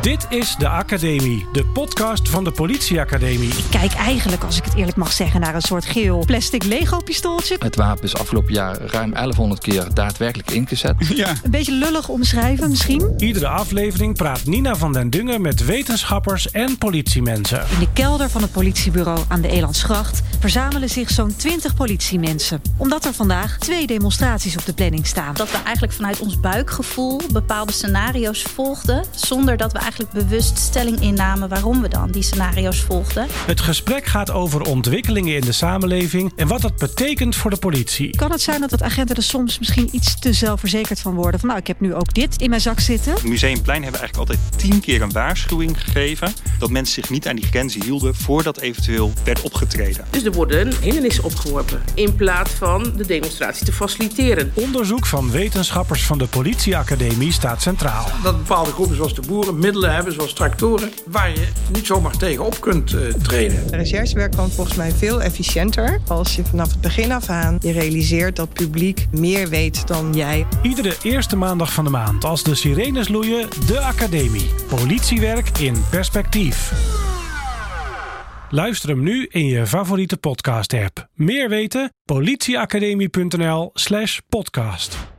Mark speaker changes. Speaker 1: Dit is de Academie, de podcast van de Politieacademie.
Speaker 2: Ik kijk eigenlijk, als ik het eerlijk mag zeggen, naar een soort geel plastic Lego-pistooltje.
Speaker 3: Het wapen is afgelopen jaar ruim 1100 keer daadwerkelijk ingezet.
Speaker 4: Ja.
Speaker 2: Een beetje lullig omschrijven misschien.
Speaker 1: Iedere aflevering praat Nina van den Dungen met wetenschappers en politiemensen.
Speaker 2: In de kelder van het politiebureau aan de Elandsgracht verzamelen zich zo'n 20 politiemensen. Omdat er vandaag twee demonstraties op de planning staan.
Speaker 5: Dat we eigenlijk vanuit ons buikgevoel bepaalde scenario's volgden. Zonder dat we eigenlijk bewust stelling innamen waarom we dan die scenario's volgden.
Speaker 1: Het gesprek gaat over ontwikkelingen in de samenleving en wat dat betekent voor de politie.
Speaker 2: Kan het zijn dat, dat agenten er soms misschien iets te zelfverzekerd van worden? Van nou, ik heb nu ook dit in mijn zak zitten.
Speaker 4: Het Museumplein hebben we eigenlijk altijd tien keer een waarschuwing gegeven. Dat mensen zich niet aan die grenzen hielden voordat eventueel werd opgetreden.
Speaker 6: Dus er worden hindernissen opgeworpen in plaats van de demonstratie te faciliteren.
Speaker 1: Onderzoek van wetenschappers van de Politieacademie staat centraal.
Speaker 7: dat bepaalde groepen zoals de boeren middelen hebben, zoals tractoren, waar je niet zomaar tegenop kunt eh, treden.
Speaker 8: Recherchewerk kan volgens mij veel efficiënter als je vanaf het begin af aan je realiseert dat het publiek meer weet dan jij.
Speaker 1: Iedere eerste maandag van de maand, als de sirenes loeien, de Academie. Politiewerk in perspectief. Luister hem nu in je favoriete podcast-app. Meer weten? politieacademie.nl slash podcast.